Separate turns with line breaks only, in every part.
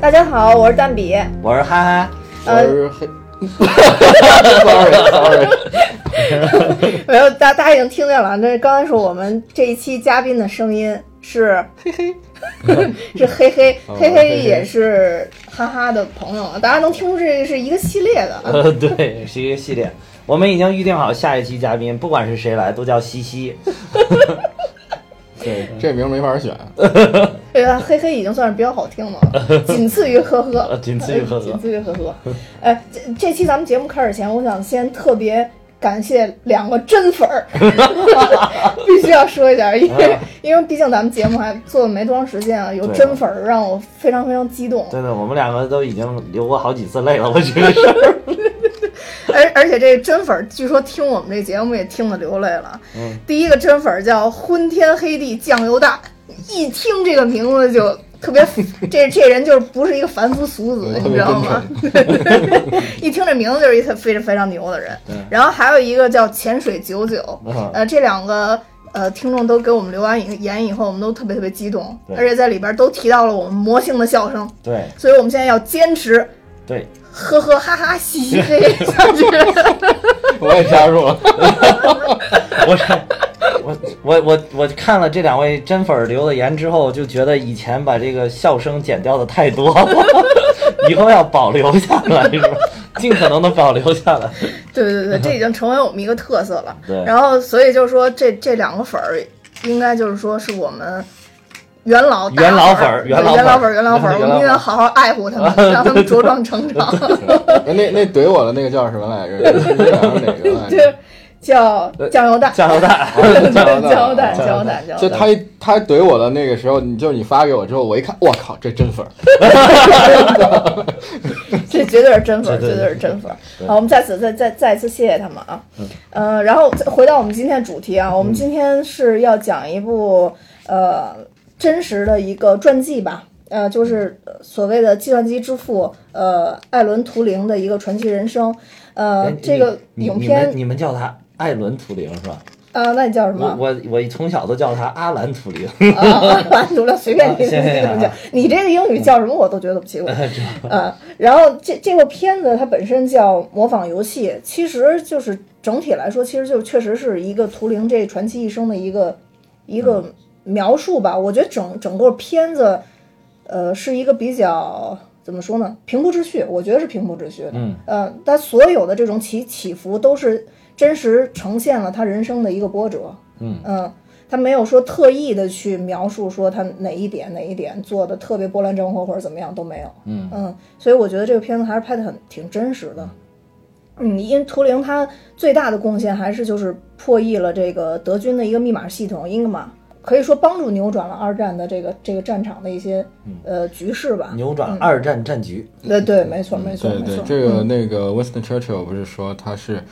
大家好，我是蛋 比。
我是憨憨，
呃
我是黑 ，sorry sorry，
没有，哎大大家已经听见了，这刚才是我们这一期嘉宾的声音是嘿嘿， 是嘿嘿
哦
嘿
嘿嘿
嘿，也是哈哈的朋友了，大家能听出这个是一个系列的。
呃， 对，是一个系列。我们已经预定好下一期嘉宾，不管是谁来，都叫西 西。
对，这名没法选，
对啊，嘿嘿已经算是比较好听 了，仅次于呵呵
呃，仅次于呵呵
仅次于呵呵。呃，这这期咱们节目开始前，我想先特别感谢两个真粉 儿，必须要说一下，因为、因为毕竟咱们节目还做了没多长时间啊，有
啊对
真粉儿让我非常非常激动。
真的，我们两个都已经流过好几次泪了。我这个事儿，
而而且这真粉儿据说听我们这节目也听得流泪了。
嗯，
第一个真粉儿叫昏天黑地酱油蛋，一听这个名字就特别，这这人就是不是一个凡夫俗
嗯
子，你知道吗？ 一听这名字就是一个非常非常牛的人
对。
然后还有一个叫潜水九九，
嗯
呃，这两个。呃，听众都给我们留完言以后，我们都特别特别激动，
对
而且在里边都提到了我们魔性的笑声，
对
所以我们现在要坚持
对，
呵呵哈哈嘻嘻嘿嘿下去。
我也加入了，
我是我 我我我看了这两位真粉儿留的言之后，就觉得以前把这个笑声剪掉的太多 了，以后要保留下来，是吧？尽可能的保留下来。
对对对，这已经成为我们一个特色了。
对
然后所以就是说这这两个粉儿，应该就是说是我们元老大
元老粉
儿
儿
对
元老
元老
粉
粉
儿
元老粉儿，我
元老
们一定要
粉儿
好好爱护他们，让他们茁壮成长。
那那怼我的那个叫什么来着？哪个来
这
着？
叫酱油蛋，
加油蛋，
酱油蛋
酱油蛋，酱油蛋，酱
就
油蛋。
他一他怼我的那个时候，你就是你发给我之后，我一看，我靠，这真粉儿，
这绝对是真粉儿，
对
绝
对对
对是真粉儿。
对
好，我们在此再再再一次谢谢他们啊。嗯，然后再回到我们今天主题
嗯
啊，我们今天是要讲一部呃真实的一个传记吧，呃，就是呃所谓的计算机之父呃艾伦图灵的一个传奇人生。呃
哎，
这个
你
影
你们
片
你们叫他艾伦图灵是吧？
啊，那你叫什
我
么？
我我从小都叫他阿兰图 灵，
啊啊，啊读了随便你
啊谢谢
怎么
啊
叫，你这个英语叫什么我都觉得对不 起我。啊，然后这这个片子它本身叫《模仿游戏》，其实就是整体来说，其实就确实是一个图灵这传奇一生的一个一个
嗯
描述吧。我觉得整整个片子，呃，是一个比较怎么说呢，平铺直叙，我觉得是平铺直叙的。
嗯，
呃，它所有的这种起起伏都是真实呈现了他人生的一个波折。
嗯
他没有说特意的去描述说他哪一点哪一点做的特别波澜壮阔或者怎么样都没有。
嗯
所以我觉得这个片子还是拍的很挺真实的。嗯，因为图灵他最大的贡献还是就是破译了这个德军的一个密码系统 Enigma，可以说帮助扭转了二战的这个这个战场的一些呃局势吧。嗯
嗯扭转二战战嗯局。
对对，没错没错
对
没
对
错，。嗯
这个那个 Winston Churchill 不是说他是，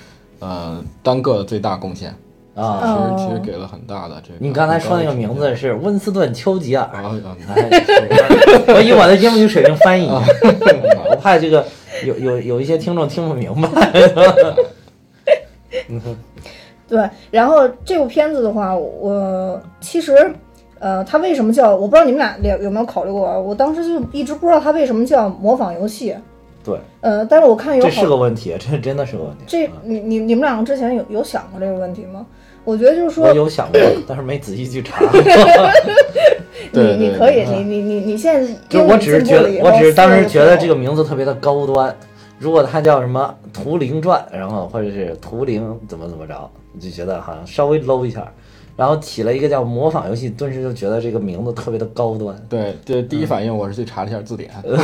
呃，单个的最大贡献，其
啊，
实
哦
其实给了很大的这个。
你刚才说那个名字是温斯顿·丘吉尔。
啊，啊
哎我以我的英语水平翻译一下，我怕这个有有有一些听众听不明白。
对，然后这部片子的话，我其实，呃，它为什么叫？我不知道你们俩有有没有考虑过啊？我当时就一直不知道它为什么叫模仿游戏。
对，
呃，但是我看有
这
好
是个嗯问题，这真的是个问题。
这你你你们两个之前有有想过这个问题吗？我觉得就是说
我，有想过，但是没仔细去查。
你
对
你
对
可以，
对嗯
你你你你现在
就
英
我
语
只是
进
觉
步
得
了以，
我
后
只是当时
思路
觉得
不
这个名字特别的高端。如果它叫什么《图灵传》，然后或者是《图灵怎么怎么着》，就觉得好像稍微 low 一下。然后起了一个叫“模仿游戏”，顿时就觉得这个名字特别的高端。
对，这第一反应我是去查了一下字典，
呃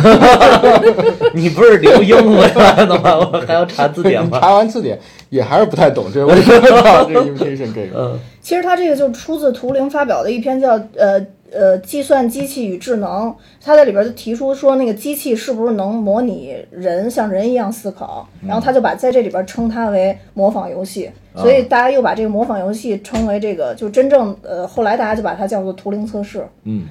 你不是留英文来的吗？ 我还要查字 典吗？
查完字典也还是不太懂这为什么叫这个 imitation game。
嗯，
其实他这个就出自图灵发表的一篇叫呃呃《计算机器与智能》，他在里边就提出说那个机器是不是能模拟人像人一样思考，然后他就把在这里边称它为模仿游戏，所以大家又把这个模仿游戏称为这个就真正呃后来大家就把它叫做图灵测试。
嗯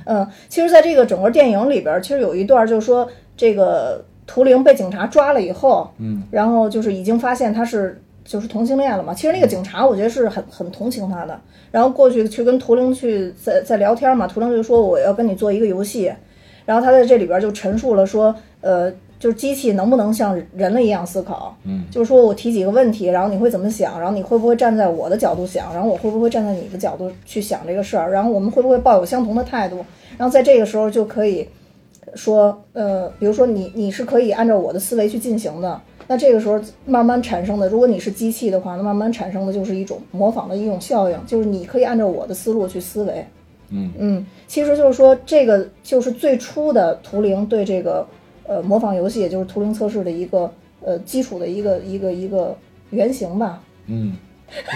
其实在这个整个电影里边，其实有一段就是说这个图灵被警察抓了以后，
嗯，
然后就是已经发现他是就是同性恋了嘛。其实那个
嗯
警察我觉得是很很同情他的，然后过去去跟图灵去在在聊天嘛，图灵就说我要跟你做一个游戏。然后他在这里边就陈述了说，呃，就是机器能不能像人类一样思考？
嗯，
就是说我提几个问题，然后你会怎么想？然后你会不会站在我的角度想？然后我会不会站在你的角度去想这个事儿？然后我们会不会抱有相同的态度？然后在这个时候就可以说，呃，比如说你你是可以按照我的思维去进行的。那这个时候慢慢产生的，如果你是机器的话，那慢慢产生的就是一种模仿的一种效应，就是你可以按照我的思路去思维。
嗯
嗯，其实就是说，这个就是最初的图灵对这个呃模仿游戏，也就是图灵测试的一个呃基础的一个一个一个原型吧。
嗯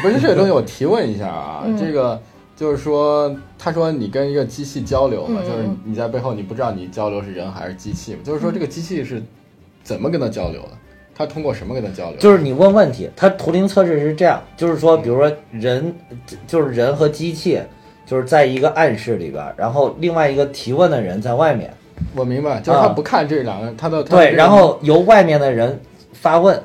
不是这个东西，
嗯
我提问一下啊，这个就是说，他说你跟一个机器交流嘛，
嗯嗯
就是你在背后你不知道你交流是人还是机器嘛，就是说这个机器是怎么跟他交流的？他通过什么跟他交流？
就是你问问题，它图灵测试是这样，就是说，比如说人，就是人和机器，就是在一个暗室里边儿，然后另外一个提问的人在外面，
我明白，就是他
啊
不看这两个，他的他的这
对，
个
然后由外面的人发问，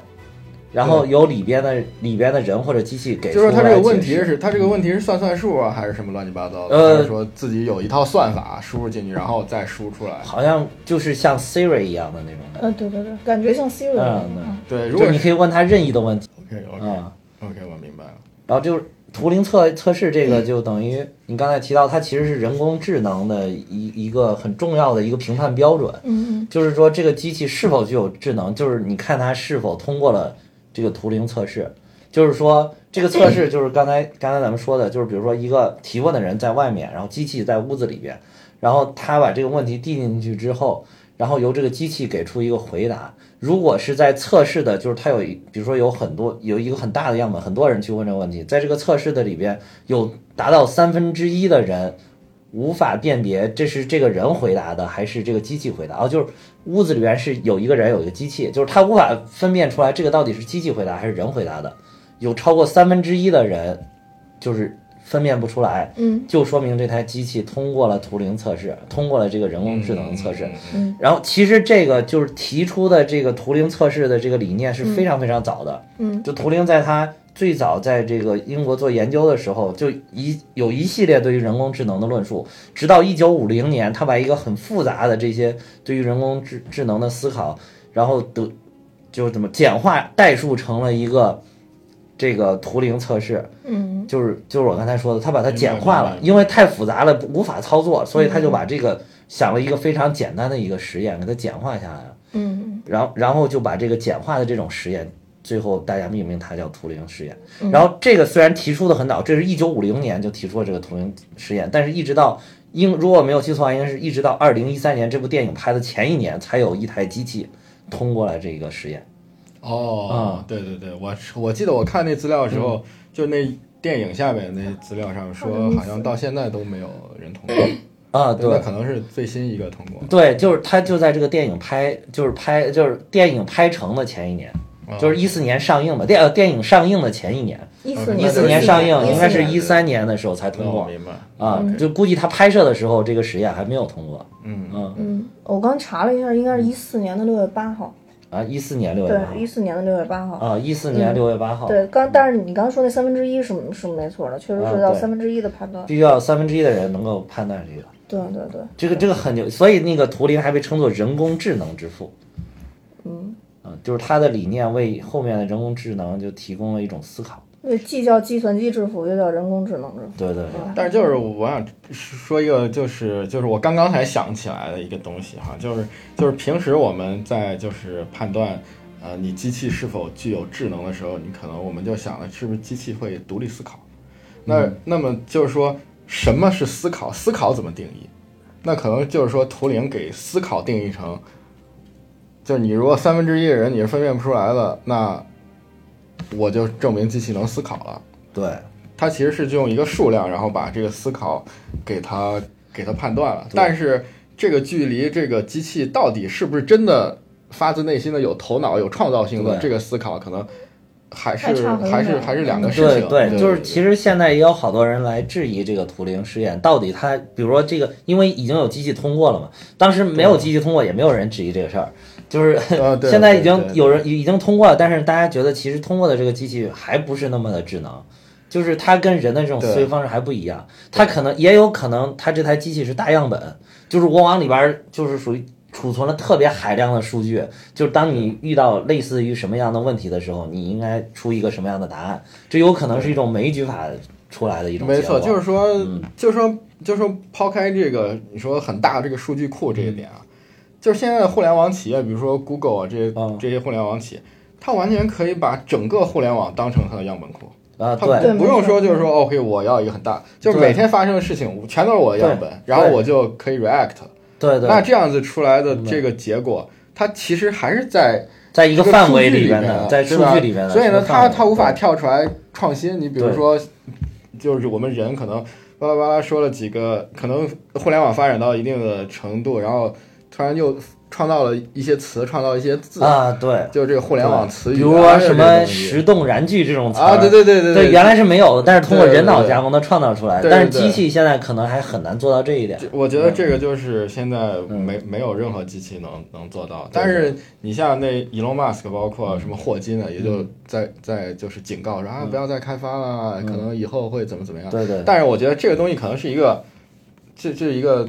然后由里边的里边的人或者机器给
就是说他
出
这
来
个问
解
题
释
是，他这个问题是算算术啊，还是什么乱七八糟的？
呃
还是说自己有一套算法输入进去，然后再输出来。
好像就是像 Siri 一样的那种感觉。
嗯、对对对，感觉像 Siri 一样
嗯，
嗯
对，
就
如果嗯
是你可以问他任意的问题
OK
啊、
OK OK，我明白了。
然后就是图灵测测试这个，就等于你刚才提到，它其实是人工智能的一一个很重要的一个评判标准，
嗯
就是说这个机器是否具有智能，就是你看它是否通过了这个图灵测试，就是说这个测试就是刚才刚才咱们说的，就是比如说一个提问的人在外面，然后机器在屋子里边，然后他把这个问题递进去之后，然后由这个机器给出一个回答。如果是在测试的，就是它有一，比如说有很多有一个很大的样本，很多人去问这个问题，在这个测试的里边有达到三分之一的人无法辨别这是这个人回答的还是这个机器回答，哦，就是屋子里边是有一个人有一个机器，就是他无法分辨出来这个到底是机器回答还是人回答的，有超过三分之一的人就是分辨不出来，
嗯
就说明这台机器通过了图灵测试，通过了这个人工智能测试。
嗯
然后其实这个就是提出的这个图灵测试的这个理念是非常非常早的，
嗯
就图灵在他最早在这个英国做研究的时候，就一有一系列对于人工智能的论述，直到一九五零年，他把一个很复杂的这些对于人工智智能的思考，然后得就是怎么简化代数成了一个这个图灵测试，
嗯
就是就是我刚才说的，他把它简化了
明白明，白
因为太复杂了无法操作，所以他就把这个想了一个非常简单的一个实验，给它简化下来了，
嗯
然后然后就把这个简化的这种实验，最后大家命名它叫图灵实验。然后这个虽然提出的很早，这是一九五零年就提出了这个图灵实验，但是一直到应如果没有记错，应该是一直到二零一三年这部电影拍的前一年，才有一台机器通过了这个实验。
哦，对对对，我是我记得我看那资料的时候，就那电影下面那资料上说，好像到现在都没有人通过，
啊，
对那可能是最新一个通过。
对，就是他就在这个电影拍，就是拍就是电影拍成的前一年，
哦
就是一四年上映的电呃电影上映的前一年，
一四
一
年
四哦年上映，应该是
14
一
年
三年的时候才
那
通
嗯我
过
哦明白。
啊，
嗯
就估计他拍摄的时候这个实验还没有通过，
嗯
嗯
嗯，我刚查了一下，应该是一四年的六月八号，
啊，一四年六月
对
八，号
一四年的六月八号。
啊，一四年六月八号，
对，刚但是你刚说那三分之一是是没错的，确实是
啊
到
对
三分之一的判断。
必须要三分之一的人能够判断这个，
对对对，
这个这个很牛，所以那个图灵还被称作人工智能之父，嗯，啊，就是他的理念为后面的人工智能就提供了一种思考，
因为既叫计算机之父，又叫人工智能之父。
对对对。
但是就是我想说一个，就是就是我刚刚才想起来的一个东西哈，就是就是平时我们在就是判断，呃，你机器是否具有智能的时候，你可能我们就想了，是不是机器会独立思考？那那么就是说，什么是思考？思考怎么定义？那可能就是说，图灵给思考定义成，就是你如果三分之一的人你是分辨不出来的，那我就证明机器能思考了。
对，
它其实是用一个数量，然后把这个思考给它给它判断了。
对
但是这个距离这个机器到底是不是真的发自内心的有头脑、有创造性的
对
这个思考，可能还是
还差很远嗯
还是还是两个事
对
情。
就是其实现在也有好多人来质疑这个图灵实验到底它，比如说这个，因为已经有机器通过了嘛，当时没有机器通过，也没有人质疑这个事儿，就是
啊对
现在
对
已经
对
有人已经通过了，但是大家觉得其实通过的这个机器还不是那么的智能，就是它跟人的这种思维方式还不一样，它可能也有可能，它这台机器是大样本，就是我往里边儿就是属于储存了特别海量的数据，就是当你遇到类似于什么样的问题的时候，你应该出一个什么样的答案，这有可能是一种枚举法出来嗯的一种结果。
没错，就是说，就是说，就是说，抛开这个你说很大这个数据库这一点
嗯
啊，就是现在的互联网企业，比如说 Google 啊这些
嗯
这些互联网企业，它完全可以把整个互联网当成它的样本库，
啊，
它
对
对
不
没
用
错
说就是说 OK，我要一个很大，就是
对
每天发生的事情全都是我的样本，然后我就可以 react。
对对，
那这样子出来的这个结果，它其实还是在
在一个
这
范围
数据
边
面
的，
的
在
是
数
吧
据里边的，
所以呢，
这个
他
范围
他无法跳出来创新。你比如
对
说，就是我们人可能巴拉巴拉说了几个，可能互联网发展到一定的程度，然后突然又创造了一些词，创造了一些字，
啊，对，
就是这个互联网
对
词语啊，
比如说什
这些
么
东西
石动燃具这种词儿
啊，对对对对
对，原来是没有的，但是通过
对对
人脑
对
加工能创造出来。
对对
但是
对
机器现在可能还很难做到这一点。
这我觉得这
嗯
个就是现在没、没有任何机器能能做到，但是你像那 Elon Musk，包括
嗯
什么霍金啊，也就在在就是警告说啊，不要再开发了，可能以后会怎么怎么样。
嗯对对，
但是我觉得这个东西可能是一个，这这是一个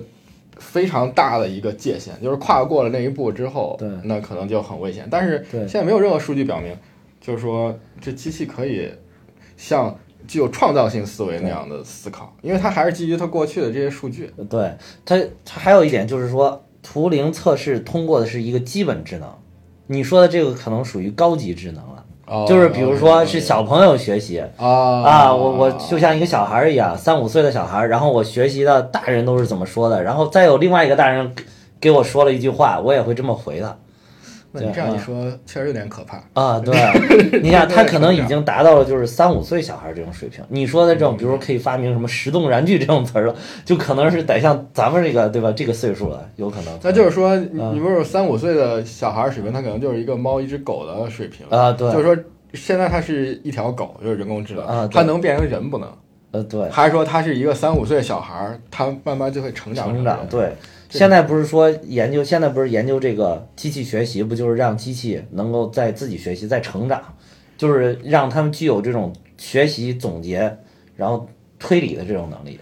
非常大的一个界限，就是跨过了那一步之后，
对
那可能就很危险。但是
对
现在没有任何数据表明，就是说这机器可以像具有创造性思维那样的思考，因为它还是基于它过去的这些数据。
对它它还有一点就是说，图灵测试通过的是一个基本智能，你说的这个可能属于高级智能了，
哦
就是比如说是小朋友学习。
啊
啊，我我就像一个小孩儿一样，三五岁的小孩儿，然后我学习的大人都是怎么说的，然后再有另外一个大人给给我说了一句话，我也会这么回他。
那你
嗯
这样一说，确实有点可怕。
啊， 对，你想他可能已
成
经达到了就是三五岁小孩这种水平。你说的
嗯
这种，比如可以发明什么石动燃具这种词儿了，就可能是得像咱们这个对吧这个岁数了，有可能。
那就是说，你
嗯
你不是有三五岁的小孩儿水平，他可能就是一个猫一只狗的水平
啊对
就是说现在它是一条狗，就是人工智能
啊对
它能变成人不能？
呃，对，
还是说它是一个三五岁小孩儿，他慢慢就会成长
成
成
长
人
对。现在不是说研究，现在不是研究这个机器学习，不就是让机器能够在自己学习，在成长，就是让他们具有这种学习总结，然后推理的这种能力。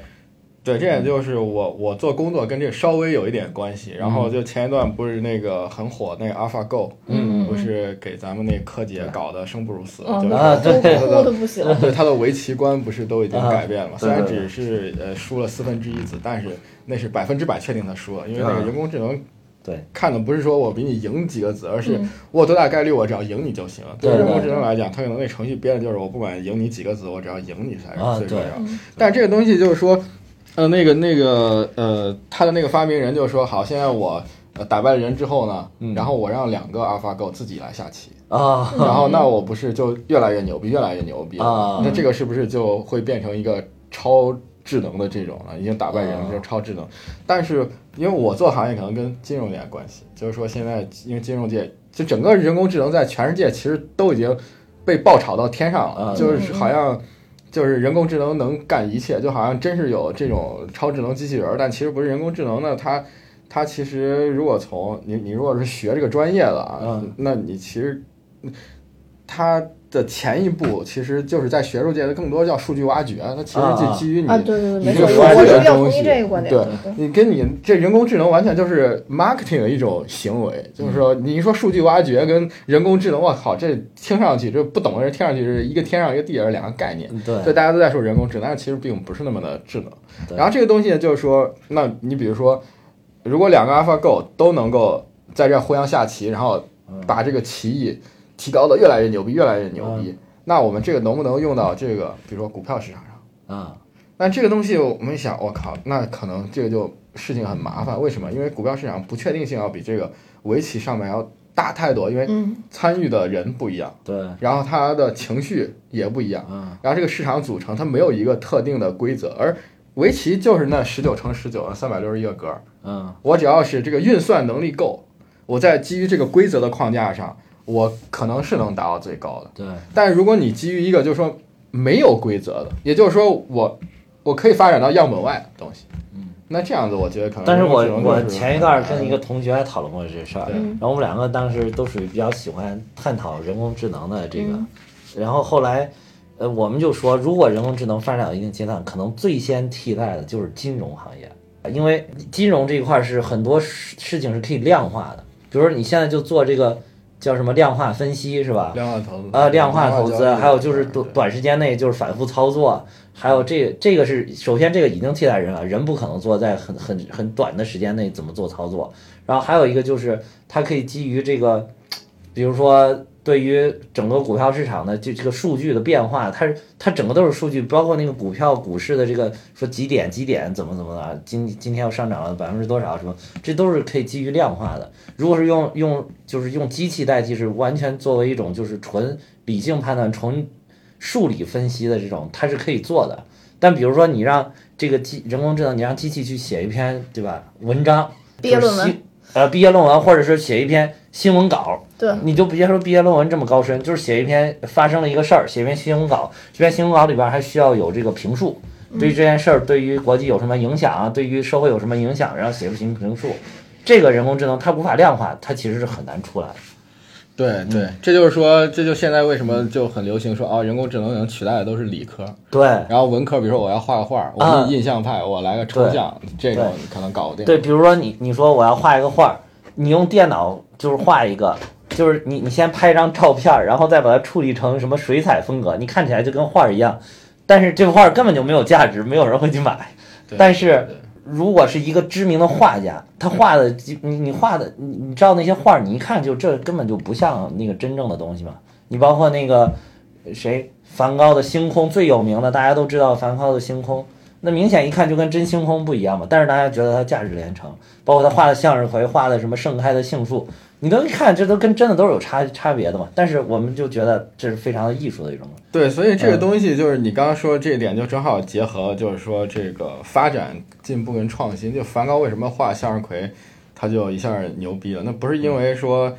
对，这
嗯
也就是我我做工作跟这个稍微有一点关系。然后就前一段不是那个很火那个 AlphaGo，
嗯
不是给咱们那柯洁搞得生不如死，
嗯
就是
啊
说
对
他
哭的
的
不行。
对他的围棋观不是都已经
啊
改变了吗？
对
虽然
对
只是呃输了四分之一子，但是那是百分之百确定他输了，因为那
啊
个人工智能
对
看的不是说我比你赢几个子，而是我有多大概率我只要赢你就行了。
对
对人工
对
智能来讲，它可能那程序编的就是我不管赢你几个子，我只要赢你才
啊
是最重
对
要。但这个东西就是说，呃，那个那个呃，他的那个发明人就说，好，现在我呃打败了人之后呢，
嗯
然后我让两个 AlphaGo 自己来下棋。
啊，
然后那我不是就越来越牛逼，越来越牛逼了
啊
那这个是不是就会变成一个超智能的这种了？已经打败人
啊
了，就是超智能。但是因为我做行业可能跟金融有点关系，就是说现在因为金融界，就整个人工智能在全世界其实都已经被爆炒到天上了，
啊
就是好像。就是人工智能能干一切，就好像真是有这种超智能机器人儿，但其实不是人工智能呢，它它其实如果从你你如果是学这个专业的啊，
嗯
那你其实它的前一步其实就是在学术界的更多叫数据挖掘，它其实
啊
就基于你、
啊，对对对，
你
没
这
错，
个
我
数
我
据
是
的
比较
东
同意
西，
这个观点
对
的。对
你跟你这人工智能完全就是 marketing 的一种行为，就是说你一说数据挖掘跟人工智能，我靠，这听上去这不懂的人听上去是一个天上一个地下是两个概念。
对
所以大家都在说人工智能，但是其实并不是那么的智
对
能。然后这个东西呢，就是说，那你比如说，如果两个 AlphaGo 都能够在这儿互相下棋，然后
嗯
把这个棋艺提高的越来越牛逼，越来越牛逼，
嗯
那我们这个能不能用到这个，比如说股票市场上？
啊，
那这个东西我们一想，我靠，那可能这个就事情很麻烦。为什么？因为股票市场不确定性要比这个围棋上面要大太多，因为
嗯，
参与的人不一样，
对
然后他的情绪也不一样。
啊。
然后这个市场组成它没有一个特定的规则，而围棋就是那十九乘十九，三百六十一个格儿。
嗯
我只要是这个运算能力够，我在基于这个规则的框架上，我可能是能达到最高的。，
对，
但如果你基于一个就是说没有规则的，也就是说我我可以发展到样本外的东西，嗯，那这样子我觉得可能
但是我
只能就是嗯
我前一段跟一个同学还讨论过这事儿，
对
然后我们两个当时都属于比较喜欢探讨人工智能的这个，然后后来呃，我们就说，如果人工智能发展到一定阶段，可能最先替代的就是金融行业，因为金融这一块是很多事事情是可以量化的，比如说你现在就做这个叫什么量化分析是吧？
量化投资
呃，量化投
交
资，
易
还有就是
对
短短时间内就是反复操作，还有这这个是首先这个已经替代人了，人不可能做在很很很短的时间内怎么做操作。然后还有一个就是它可以基于这个，比如说对于整个股票市场的这这个数据的变化，它是它整个都是数据，包括那个股票股市的这个说几点几点怎么怎么的，今今天又上涨了百分之多少什么，这都是可以基于量化的。如果是用用就是用机器代替，是完全作为一种就是纯理性判断、纯数理分析的这种，它是可以做的。但比如说你让这个机人工智能，你让机器去写一篇对吧文章，
毕业论
就是
文
新，呃，毕业论文或者是写一篇新闻稿，
对，
你就别说毕业论文这么高深，就是写一篇发生了一个事儿，写一篇新闻稿，这篇新闻稿里边还需要有这个评述，对于这件事儿对于国际有什么影响啊，对于社会有什么影响，然后写出行评述。这个人工智能它无法量化，它其实是很难出来的。
对
嗯
对，这就是说，这就现在为什么就很流行说啊，人工智能能取代的都是理科，
对
然后文科，比如说我要画个画，我
啊
印象派，我来个抽
对
象，这种
对
可能搞不定。
对，比如说你你说我要画一个画儿，你用电脑就是画一个，就是你你先拍一张照片儿，然后再把它处理成什么水彩风格，你看起来就跟画儿一样，但是这幅画儿根本就没有价值，没有人会去买。
对
但是如果是一个知名的画家，他画的你你画的你你知道那些画儿，你一看就这根本就不像那个真正的东西嘛。你包括那个谁梵高的《星空》最有名的，大家都知道梵高的《星空》，那明显一看就跟真星空不一样嘛。但是大家觉得它价值连城，包括他画的向日葵，画的什么盛开的杏树，你都一看这都跟真的都是有差差别的嘛。但是我们就觉得这是非常的艺术的一种。
对，所以嗯这个东西就是你刚刚说的这一点，就正好结合，就是说这个发展、进步跟创新。就梵高为什么画向日葵，他就一下牛逼了？那不是因为说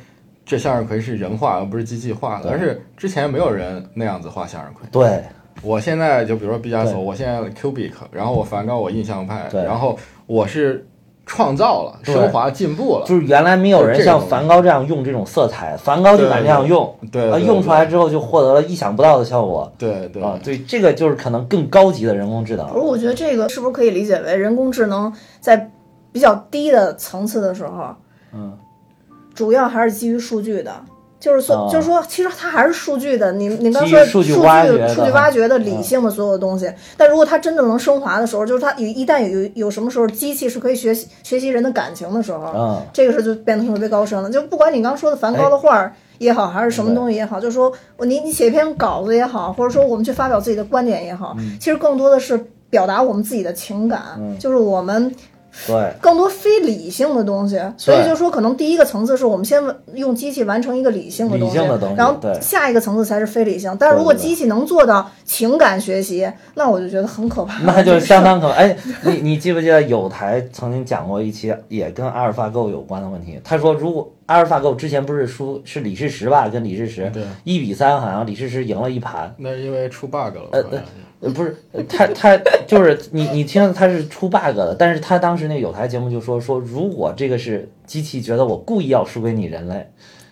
这向日葵是人画，而不是机器画的，
对
而是之前没有人那样子画向日葵。
对
我现在就比如说毕加索，
对
我现在 Cubic，然后我梵高，我印象派，
对
然后我是创造了、
对
升华、进步了。
就是原来没有人像梵高这样用这种色彩，梵高就敢这样用，
对
啊，
对
用出来之后就获得了意想不到的效果
对对
啊！对，这个就是可能更高级的人工智能
不是，。我觉得这个是不是可以理解为人工智能在比较低的层次的时候，
嗯，
主要还是基于数据的，就是说，
啊
就是说，其实它还是数据的。您您刚
基于
说
数据
据
挖掘的嗯
数据挖掘的理性的所有东西，但如果它真的能升华的时候，就是它有一旦有有有什么时候机器是可以学习学习人的感情的时候，
嗯
这个时候就变得特别高深了。就不管你刚说的梵高的画儿也好，还是什么东西也好，就说我你你写一篇稿子也好，或者说我们去发表自己的观点也好，
嗯
其实更多的是表达我们自己的情感，就是我们
对
更多非理性的东西。所以就说，可能第一个层次是我们先用机器完成一个理性的东西，
理性的东西
然后
对
下一个层次才是非理性。但是如果
对对对
机器能做到情感学习，那我就觉得很可 怕。
那就相当可怕。哎，你你记不记得有台曾经讲过一期也跟阿尔法狗有关的问题？他说，如果阿尔法狗之前不是输是李世石吧，跟李世石
对
一比三，好像李世石赢了一盘。
那是因为出 bug 了。好像是
呃，不是，呃他他就是你你听他是出 bug 的，但是他当时那个有台节目就说说，如果这个是机器觉得我故意要输给你人类，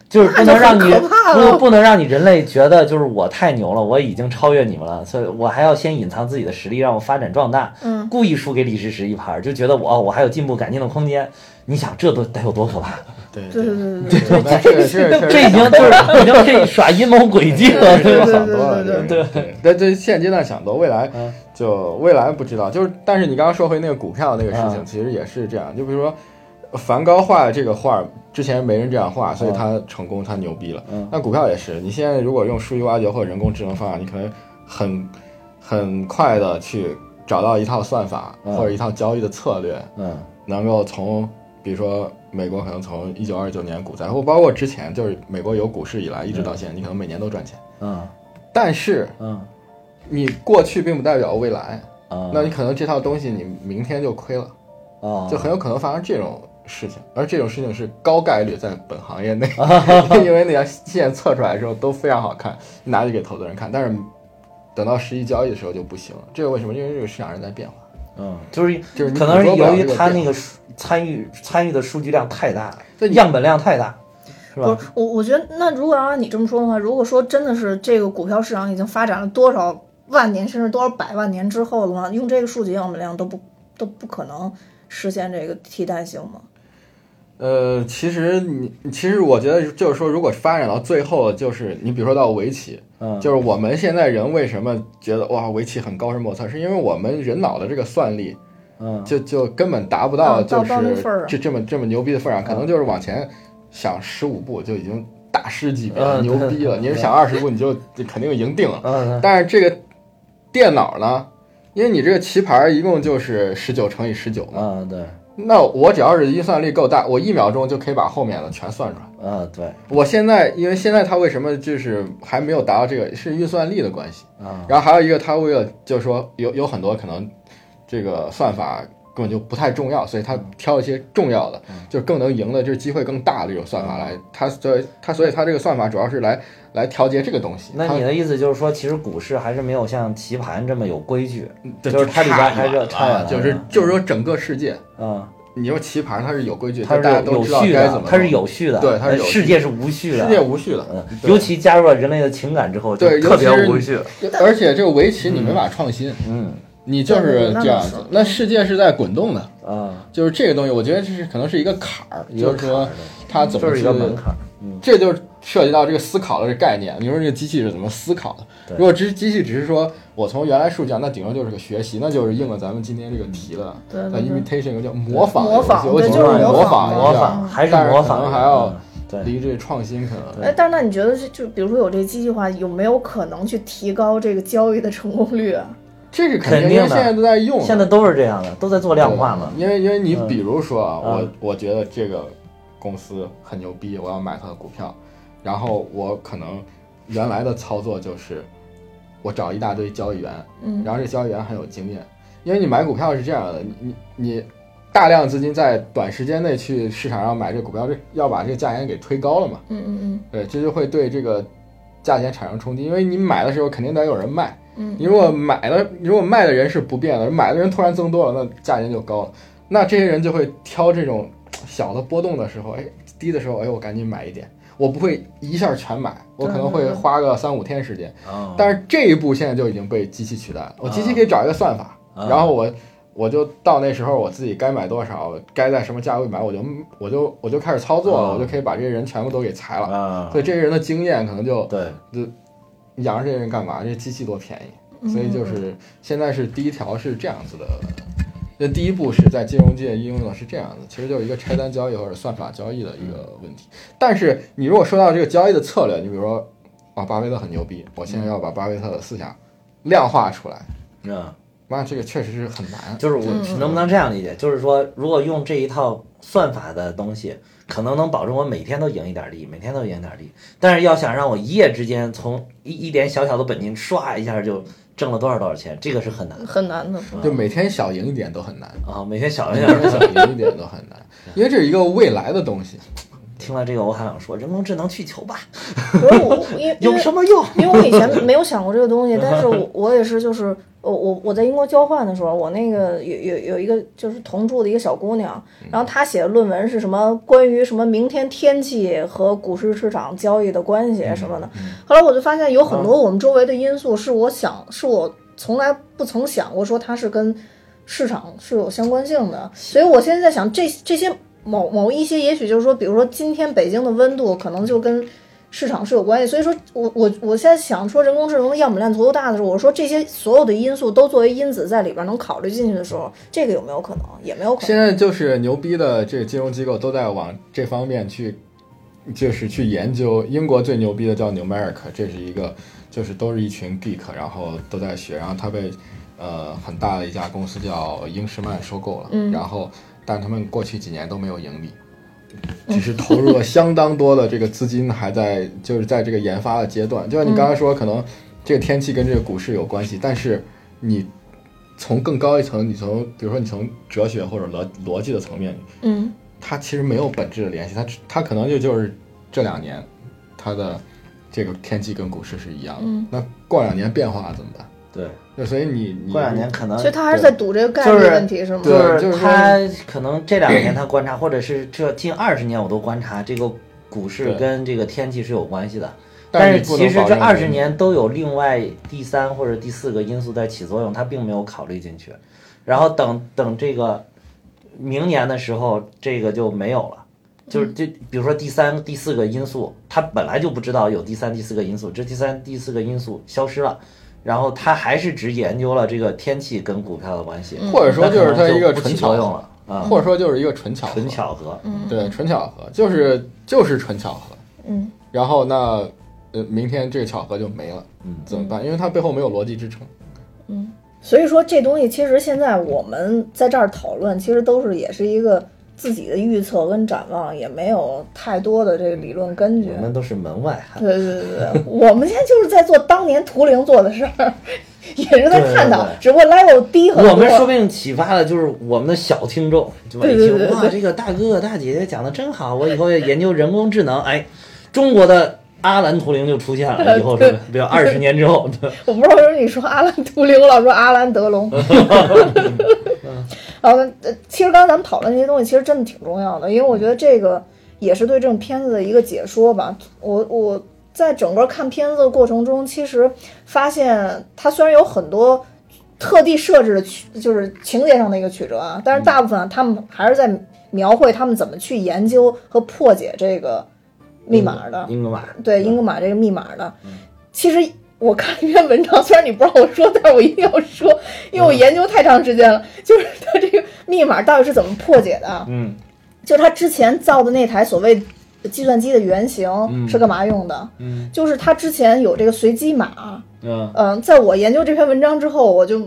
就是不
那
能
就
让
很
你
可怕
不
了
不能让你人类觉得就是我太牛了，我已经超越你们了，所以我还要先隐藏自己的实力，让我发展壮大，
嗯
故意输给李世石一盘儿，就觉得我哦我还有进步改进的空间。你想这都得有多 可怕？
对
对
对
对对对。
对， 那这个这个
这已经就是已经可以耍阴谋诡计了，对
对
吧？
想多了，
对
对对。但这现阶段想多，未来
嗯
就未来不知道。就是，但是你刚刚说回那个股票那个事情，
嗯
其实也是这样。就比如说，梵高画的这个画，之前没人这样画，所以他成功，他牛逼了
嗯。
那股票也是，你现在如果用数据挖掘或者人工智能方法，你可能很很快的去找到一套算法
嗯
或者一套交易的策略，
嗯，
能够从，比如说美国可能从一九二九年股灾，或包括之前就是美国有股市以来一直到现在，你可能每年都赚钱。
嗯
但是
嗯
你过去并不代表未来，
嗯，
那你可能这套东西你明天就亏了，
哦
就很有可能发生这种事情，而这种事情是高概率在本行业 内， 因为那条线测出来的时候都非常好看，拿去给投资人看，但是等到实际交易的时候就不行了。这个为什么？因为这个市场是在变化。
嗯，就是
就是你
可能是
捕捉不
由
了
于
这个
他
变
那个数参与参与的数据量太大
对，你
样本量太大，是
不
吧？
是我，我觉得那如果按你这么说的话，如果说真的是这个股票市场已经发展了多少万年，甚至多少百万年之后的话，用这个数级样本量都不都不可能实现这个替代性嘛？
呃，其实你其实我觉得就是说，如果发展到最后，就是你比如说到围棋，
嗯，
就是我们现在人为什么觉得哇围棋很高深莫测，是因为我们人脑的这个算力
嗯，
就就根本达不到
啊到
就
到那
是
份儿
这这么这么牛逼的份儿上，
嗯
可能就是往前想十五步就已经大师级
嗯
别了，
对
牛逼了。你是想二十步你就就肯定赢定了，
嗯，
但是这个电脑呢，因为你这个棋盘一共就是十九乘以十九嘛，
嗯，对，
那我只要是运算力够大，我一秒钟就可以把后面的全算出来。
嗯，对，
我现在因为现在它为什么就是还没有达到这个，是运算力的关系。
嗯，
然后还有一个，它为了就是说有有很多可能这个算法根本就不太重要，所以它挑一些重要的，
嗯
就是更能赢的，就是机会更大的这种算法来。它所以它所以它这个算法主要是来来调节这个东西。
那你
它
的意思就是说，其实股市还是没有像棋盘这么有规矩，
这
就是它里边
差
还是
远
差远
了，
了
就是就是说整个世界，
嗯，
你说棋盘它是有规矩，
它
就大家
是有
都
有
知道
序
该怎
的
么，弄，
它是有序的，呃
对它是有序
世界是无序
世界
的，
无序的
嗯，，
对
尤其加入了人类的情感之后，就
对尤
特别
其是
无序，
而且这个围棋你没法创新，
嗯，
你就是这样子
对对对那倒是。
那世界是在滚动的，
啊，
就是这个东西，我觉得这是可能是一个坎儿，
一
就
个
是
坎儿
说它怎
就
么
是一
去
个门槛儿，嗯，
这就涉及到这个思考的这个概念。你说这个机器是怎么思考的
对？
如果只机器只是说我从原来数据啊讲，那顶多就是个学习，那就是应了咱们今天这个题了。
对
那
对
啊
对
imitation 有个叫模仿的
模
游戏，
仿
我
对
觉
就
得
是模
模
仿
仿
模
一下
仿，还是
但是
模
可
仿，嗯
能还要
对，
离这创新可能。
哎，但是那你觉得就就比如说有这机器化，有没有可能去提高这个交易的成功率啊？
这是肯
肯
定，
定
因
的
为现在都在用，
现在都是这样的，都在做量化嘛，
对因为因为你比如说啊，
嗯
我我觉得这个公司很牛逼，我要买它的股票，然后我可能原来的操作就是我找一大堆交易员，
嗯
然后这交易员很有经验，因为你买股票是这样的，你你你大量资金在短时间内去市场上买这股票，这要把这个价钱给推高了嘛，
嗯嗯
对，这就会对这个价钱产生冲击，因为你买的时候肯定得有人卖。
嗯
你如果买了，你如果卖的人是不变的，买的人突然增多了，那价钱就高了。那这些人就会挑这种小的波动的时候，哎，低的时候，哎，我赶紧买一点。我不会一下全买，我可能
对
会
对对
花个三五天时间。
哦
但是这一步现在就已经被机器取代了。我机器可以找一个算法，
啊
然后我我就到那时候我自己该买多少，该在什么价位买，我就我就我就开始操作了，
啊
我就可以把这些人全部都给裁了。
啊
所，以这些人的经验可能就
对，
养着这些人干嘛？这机器多便宜，
嗯
所以就是现在是第一条是这样子的，那第一步是在金融界应用的是这样子，其实就是一个拆单交易或者算法交易的一个问题。但是你如果说到这个交易的策略，你比如说啊，巴菲特很牛逼，我现在要把巴菲特的思想量化出来，
嗯。
妈，这个确实是很难。
就是我
嗯
是能不能这样理解？就是说，如果用这一套算法的东西，可能能保证我每天都赢一点利，每天都赢一点利。但是要想让我一夜之间从一一点小小的本金唰一下就挣了多少多少钱，这个是很难
嗯，很难 的。
就每天小赢一点都很难，
啊。每天小一
每
点。
天小赢一点都很难，因为这是一个未来的东西。
听了这个，我还想说，人工智能去球吧，
可是我因为因
有
为
什么用？
因为我以前没有想过这个东西，但是我我也是就是我我我在英国交换的时候，我那个有有有一个就是同住的一个小姑娘，然后她写的论文是什么关于什么明天天气和股市市场交易的关系什么的。后来我就发现有很多我们周围的因素是我想是我从来不曾想过说它是跟市场是有相关性的，所以我现在在想这这些某某一些，也许就是说，比如说今天北京的温度可能就跟市场是有关系，所以说我我我现在想说人工智能的样本量足够大的时候，我说这些所有的因素都作为因子在里边能考虑进去的时候，这个有没有可能？也没有可
现
能。
在就是牛逼的这金融机构都在往这方面去，就是去研究。英国最牛逼的叫 Numeric，这是一个就是都是一群 geek，然后都在学，然后它被呃很大的一家公司叫英诗曼收购了，
嗯
然后但他们过去几年都没有盈利。
嗯
只是投入了相当多的这个资金，还在就是在这个研发的阶段。就像你刚才
嗯
说，可能这个天气跟这个股市有关系，但是你从更高一层，你从比如说你从哲学或者逻逻辑的层面，
嗯
它其实没有本质的联系，它只它可能就就是这两年它的这个天气跟股市是一样的。
嗯
那过两年变化怎么办？
对，
就所以你你
过两年可能
所以他还是在赌这个概率问题，是吗？
对就是是
他可能这两年他观察，或者是这近二十年我都观察这个股市
对
跟这个天气是有关系的。
但
但
是
是
你不
其
能
实
保
这
证
二十年都有另外第三或者第四个因素在起作用，它并没有考虑进去。然后等等这个明年的时候，这个就没有了。就是这，比如说第三、第四个因素，他本来就不知道有第三、第四个因素，这第三、第四个因素消失了，然后他还是只研究了这个天气跟股票的关系，
或者说就是它一个
那可能就不
纯
起作
巧合
用了啊，
或者说就是一个纯巧合，
纯巧合。
对，纯巧合，就是就是纯巧合。
嗯，
然后那呃，明天这个巧合就没了，
嗯
怎么办？因为它背后没有逻辑支撑。
所以说这东西其实现在我们在这儿讨论，其实都是也是一个自己的预测跟展望，也没有太多的这个理论根据
我。们都是门外汉。
对对对 对，我们现在就是在做当年图灵做的事儿， 也是在探讨
对对对，
只不过 level 低很多。
我们说不定启发的就是我们的小听众，就吧？一
对对
听
对
哇，这个大哥哥大姐姐讲的真好，我以后要研究人工智能。哎，中国的阿兰图灵就 出现了，以后是吧比如二十年之后，对
我不知道为什么你说阿兰图灵，我老说阿兰德龙。好的，呃其实刚才咱们讨论这些东西，其实真的挺重要的，因为我觉得这个也是对这种片子的一个解说吧。我我在整个看片子的过程中，其实发现它虽然有很多特地设置的曲，就是情节上的一个曲折啊，但是大部分、啊、他们还是在描绘他们怎么去研究和破解这个 密码的。
英格玛，
对英格玛这个密码的。
嗯
其实我看一篇文章，虽然你不让我说，但是我一定要说，因为我研究太长时间了。就是它这个密码到底是怎么破解的啊？
嗯，
就他之前造的那台所谓计算机的原型是干嘛用的？
嗯，
就是他之前有这个随机码。
嗯
嗯，在我研究这篇文章之后，我就。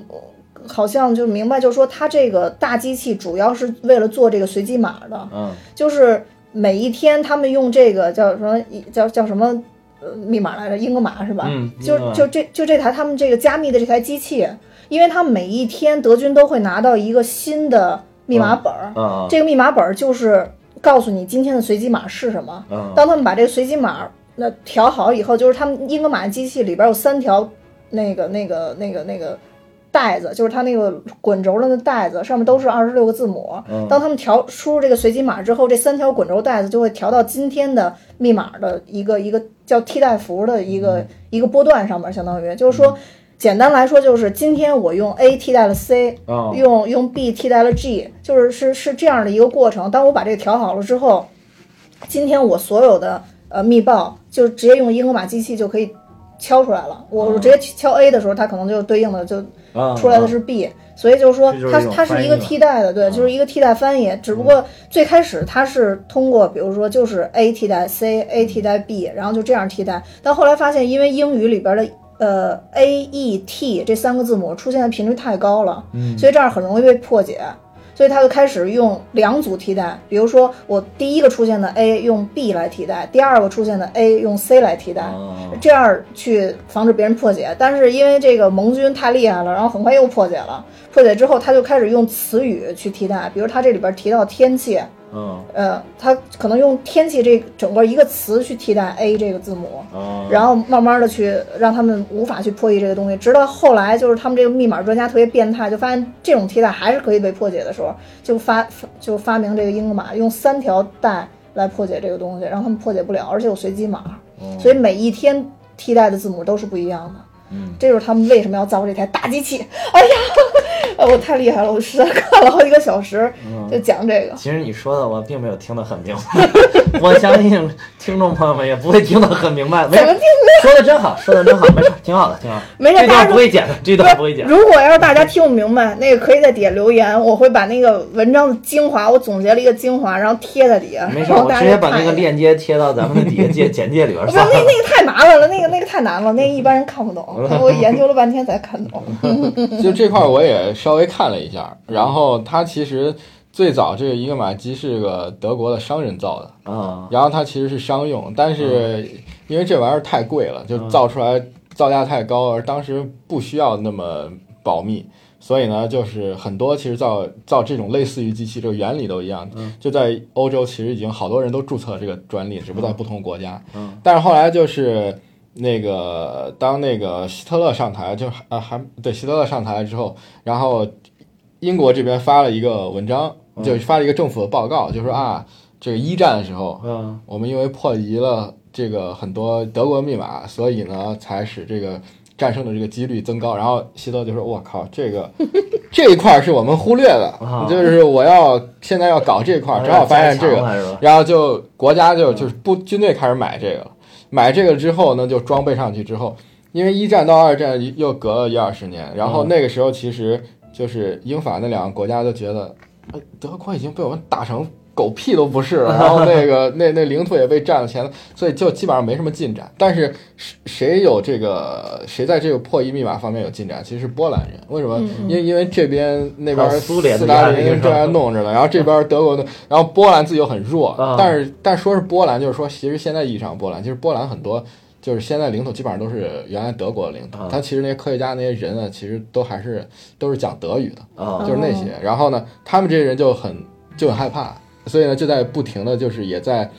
好像就明白，就是说它这个大机器主要是为了做这个随机码的，
嗯
就是每一天他们用这个叫什么叫叫什么呃密码来着？英格玛是吧？
嗯
就
英格玛
就这就这台他们这个加密的这台机器，因为他们每一天德军都会拿到一个新的密码本儿，
嗯
这个密码本儿就是告诉你今天的随机码是什么。
嗯
当他们把这个随机码那调好以后，就是他们英格玛机器里边有三条那个那个那个那个带子，就是它那个滚轴的那带子，上面都是二十六个字母。
嗯
当他们调输入这个随机码之后，这三条滚轴带子就会调到今天的密码的一个一个叫替代符的一个、一个波段上面，相当于就是说。简单来说，就是今天我用 A 替代了 C，、
哦
用用 B 替代了 G，就是是是这样的一个过程。当我把这个调好了之后，今天我所有的呃密报就直接用英格玛机器就可以敲出来了。我直接敲 A 的时候，它可能就对应的就
嗯，
出来的是 B，、所以就是说
这就是
它
一种
它是一个
翻译嘛
替代的，对，
嗯
就是一个替代翻译。只不过最开始它是通过，比如说就是 A 替代
嗯
C，A 替代 B，然后就这样替代。但后来发现，因为英语里边的呃 A E T 这三个字母出现的频率太高了，
嗯
所以这样很容易被破解。所以他就开始用两组替代，比如说我第一个出现的 A 用 B 来替代，第二个出现的 A 用 C 来替代。
哦
这样去防止别人破解。但是因为这个盟军太厉害了，然后很快又破解了。破解之后，他就开始用词语去替代，比如他这里边提到天气，
嗯
呃，他可能用天气这整个一个词去替代 A 这个字母。
哦，
然后慢慢的去让他们无法去破译这个东西，直到后来就是他们这个密码专家特别变态，就发现这种替代还是可以被破解的时候，就发就发明这个英格玛，用三条带来破解这个东西，让他们破解不了，而且有随机码，所以每一天替代的字母都是不一样的。
嗯，
这就是他们为什么要造这台大机器。哎呀，呃我太厉害了，我实在看了好几个小时，
嗯
就讲这个。
其实你说的我并没有听得很明白， 我相信听众朋友们也不会听得很明白。没
怎么听，
事
呢？
说的真好，说的真好，没事，挺好的，挺好的。
没事
这
大家
段
如
不会剪的，这段不会剪。
如果要是大家听不明白，那个可以在底下留言，我会把那个文章的精华，我总结了一个精华，然后贴在底下，
没事，
然后
我
大
直
家
接
就
把那
看
个
一下。
链接贴到咱们的底下介简介里边
不
儿
是
算
那
了。
那个太麻烦了，那个那个太难了，那个一般人看不懂，
嗯
我研究了半天才看懂。
就这块儿我也稍微看了一下，然后它其实最早这个伊格玛机是个德国的商人造的，
啊，
然后它其实是商用，但是因为这玩意儿太贵了，就造出来造价太高，而当时不需要那么保密。所以呢，就是很多其实造造这种类似于机器，这个原理都一样，就在欧洲其实已经好多人都注册这个专利，只不过在不同国家。
嗯
但是后来就是那个当那个希特勒上台，就是啊还对希特勒上台了之后，然后英国这边发了一个文章，就发了一个政府的报告，就说啊，这个一战的时候，
嗯
我们因为破译了这个很多德国密码，所以呢，才使这个战胜的这个几率增高。然后希特就说：“我靠，这个这一块儿是我们忽略的
啊，哎
就是我要现在要搞这块儿，正好发现这
加强
个，
了是吧
然后就国家就就是不军队开始买这个了，买这个之后呢，就装备上去之后，因为一战到二战又隔了一二十年，然后
嗯
那个时候其实就是英法那两个国家就觉得，呃德国已经被我们打成狗屁都不是了，然后 那个那那领土也被占了前，所以就基本上没什么进展。但是谁谁有这个谁在这个破译密码方面有进展，其实是波兰人。为什么
嗯？嗯
因为因为这边那
还有
边
苏联的
斯大
压力是
林
吧
正在弄着呢，然后这边德国的，然后波兰自己又很弱
啊，
但是但说是波兰，就是说其实现在意义上波兰，其实波兰很多。就是现在领土基本上都是原来德国的领土
啊，
他其实那些科学家那些人啊，其实都还是都是讲德语的，
啊
就是那些。然后呢，他们这些人就很就很害怕，所以呢，就在不停的就是也在，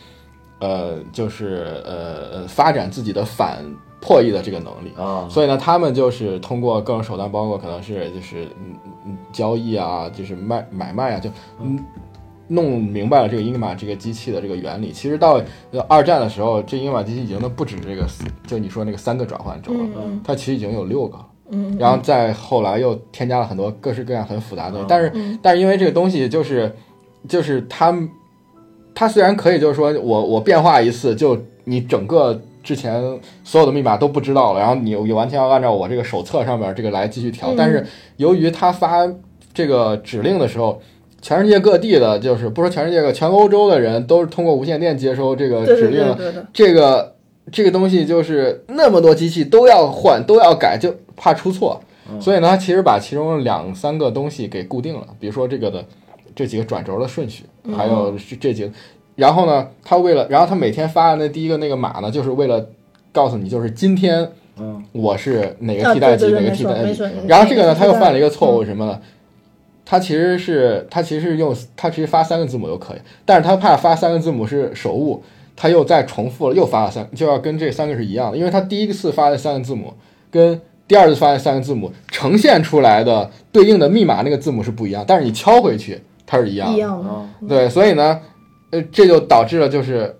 呃，就是呃呃发展自己的反破译的这个能力。
啊
所以呢，他们就是通过各种手段，包括可能是就是嗯嗯交易啊，就是卖买卖啊，就嗯弄明白了这个英玛这个机器的这个原理。其实到呃二战的时候，这英玛机器已经不止这个四，就你说那个三个转换轴了，
嗯
它其实已经有六个了。
嗯，
然后再后来又添加了很多各式各样很复杂的东西，但是
嗯
但是因为这个东西就是就是它它虽然可以就是说我我变化一次就你整个之前所有的密码都不知道了，然后你你完全要按照我这个手册上面这个来继续调，
嗯
但是由于它发这个指令的时候。全世界各地的，就是不说全世界各，全欧洲的人都是通过无线电接收这个
嗯对
指
对
令
对对
的，
对，
这个这个东西就是那么多机器都要换都要改，就怕出错，
嗯
所以呢，它其实把其中两三个东西给固定了，比如说这个的这几个转轴的顺序，
嗯
还有这这几个，然后呢，他为了，然后他每天发的那第一个那个码呢，就是为了告诉你，就是今天
嗯
我是哪个
啊
替代
对对
级，哪
对，
个
没
替
错
代
没
级，
错。
然后这
嗯
个呢，他又犯了一个错
误，
误，什么呢？他其实是他其实用他其实发三个字母就可以，但是他怕发三个字母是手误，他又再重复了，又发了三，就要跟这三个是一样的，因为他第一次发的三个字母跟第二次发的三个字母呈现出来的对应的密码那个字母是不一样，但是你敲回去它是一样
一
的，嗯
样的，
啊
对，所以呢，呃，这就导致了就是。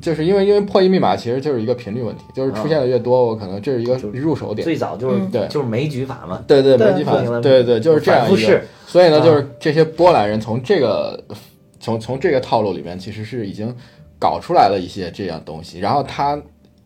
就是因为因为破译密码其实就是一个频率问题，就是出现的越多，我可能这是一个
就是
入手点。
最早就是
嗯
对
就是枚举法嘛，
对对，
对
门基法
对，
对对，就是这样
反复
一个
试。
所以
啊
呢，就是这些波兰人从这个从从这个套路里面，其实是已经搞出来了一些这样东西，然后他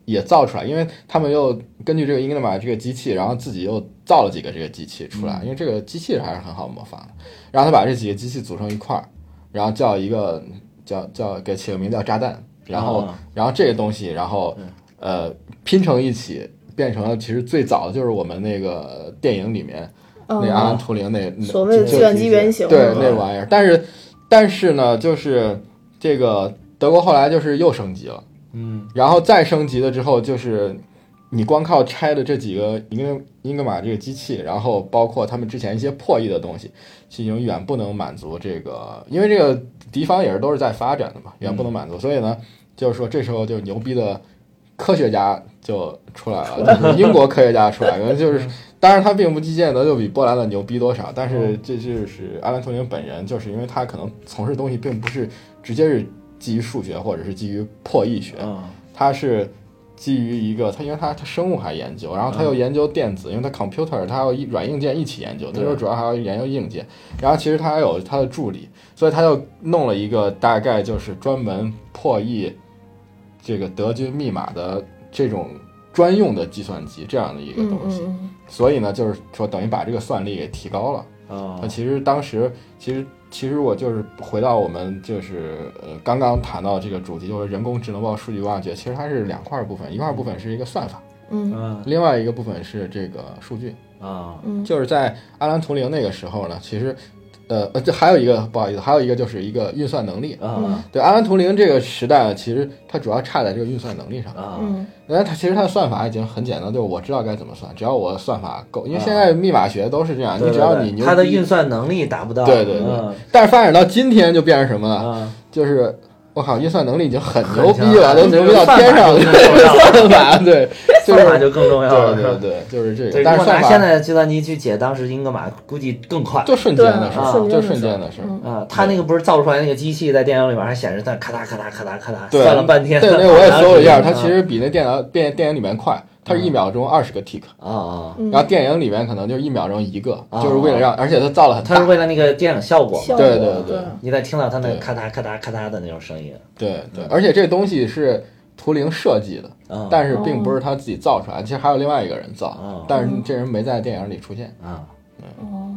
也造出来，因为他们又根据这个英格玛这个机器，然后自己又造了几个这个机器出来，因为这个机器还是很好模仿的。然后他把这几个机器组成一块儿，然后叫一个叫叫给起个名叫炸弹，然后、
啊
然后这个东西，然后呃拼成一起。变成了，其实最早就是我们那个电影里面那
嗯，
阿兰图灵那那
所谓的
就
计算机原型
对
是吧
那玩意儿。但是但是呢，就是这个德国后来就是又升级了，
嗯
然后再升级了之后，就是你光靠拆的这几个英格英格玛这个机器，然后包括他们之前一些破译的东西，已经远不能满足这个，因为这个敌方也是都是在发展的嘛，远不能满足。所以呢，就是说这时候就牛逼的科学家就出来了，就是英国科学家出来了，就是。当然，他并不见得就比波兰的牛逼多少，但是这就是阿兰·图灵本人，就是因为他可能从事东西并不是直接是基于数学或者是基于破译学，
啊
他是基于一个，他因为他他生物还研究，然后他又
嗯
研究电子，因为他 computer 他要一软硬件一起研究，那时候
对
主要还要研究硬件，然后其实他还有他的助理，所以他又弄了一个大概就是专门破译这个德军密码的这种专用的计算机这样的一个
嗯
东西，
嗯
所以呢，就是说等于把这个算力给提高了。
啊
那其实当时，其实其实我就是回到我们就是呃刚刚谈到这个主题，就是人工智能包括数据挖掘，其实它是两块部分，一块部分是一个算法，
嗯
另外一个部分是这个数据。
啊
嗯
就是在阿兰图灵那个时候呢，其实呃呃这还有一个不好意思，还有一个就是一个运算能力。
嗯
啊
对阿兰图灵这个时代，其实它主要差在这个运算能力上。
啊
嗯
那它其实它的算法已经很简单，就是我知道该怎么算，只要我算法够，因为现在密码学都是这样，
啊对
你只
对
要
对
你牛逼
它的运算能力达不到，
对对对
嗯
但是发展到今天就变成什么呢？
啊，
就是我靠，运算能力已经很
很
牛逼了，
强
都牛逼到
这个
天上了，
算法都能做到
算法对，
算法就更重要了。
对对对，就是这
对，
个。
如
但
果
是
拿
算
现
法
在的计算机去解当时英格玛，估计更快。
就瞬间的
对
事
啊
儿，
瞬
就瞬
间的
间
事
的事儿。
嗯
啊，他那个不是造出来那个机器在电脑里面还显示在咔嗒咔嗒咔嗒咔嗒，
对，
算了半天。嗯
对，那我也
哪
搜了一下，
里
它其实比那电脑电电影里面快，它是一秒钟二十个 tick，
啊啊，
嗯
然后电影里面可能就一秒钟一个，
啊
就是为了让，而且它造了很
它是
大，
为了那个电影效果嘛。
效
对
果
对对
你得听到它那
对
咔嗒咔嗒咔嗒的那种声音。
对对，而且这东西是图灵设计的，
啊
但是并不是他自己造出来，其实还有另外一个人造
哦，
但是这人没在电影里出现。
啊，
哦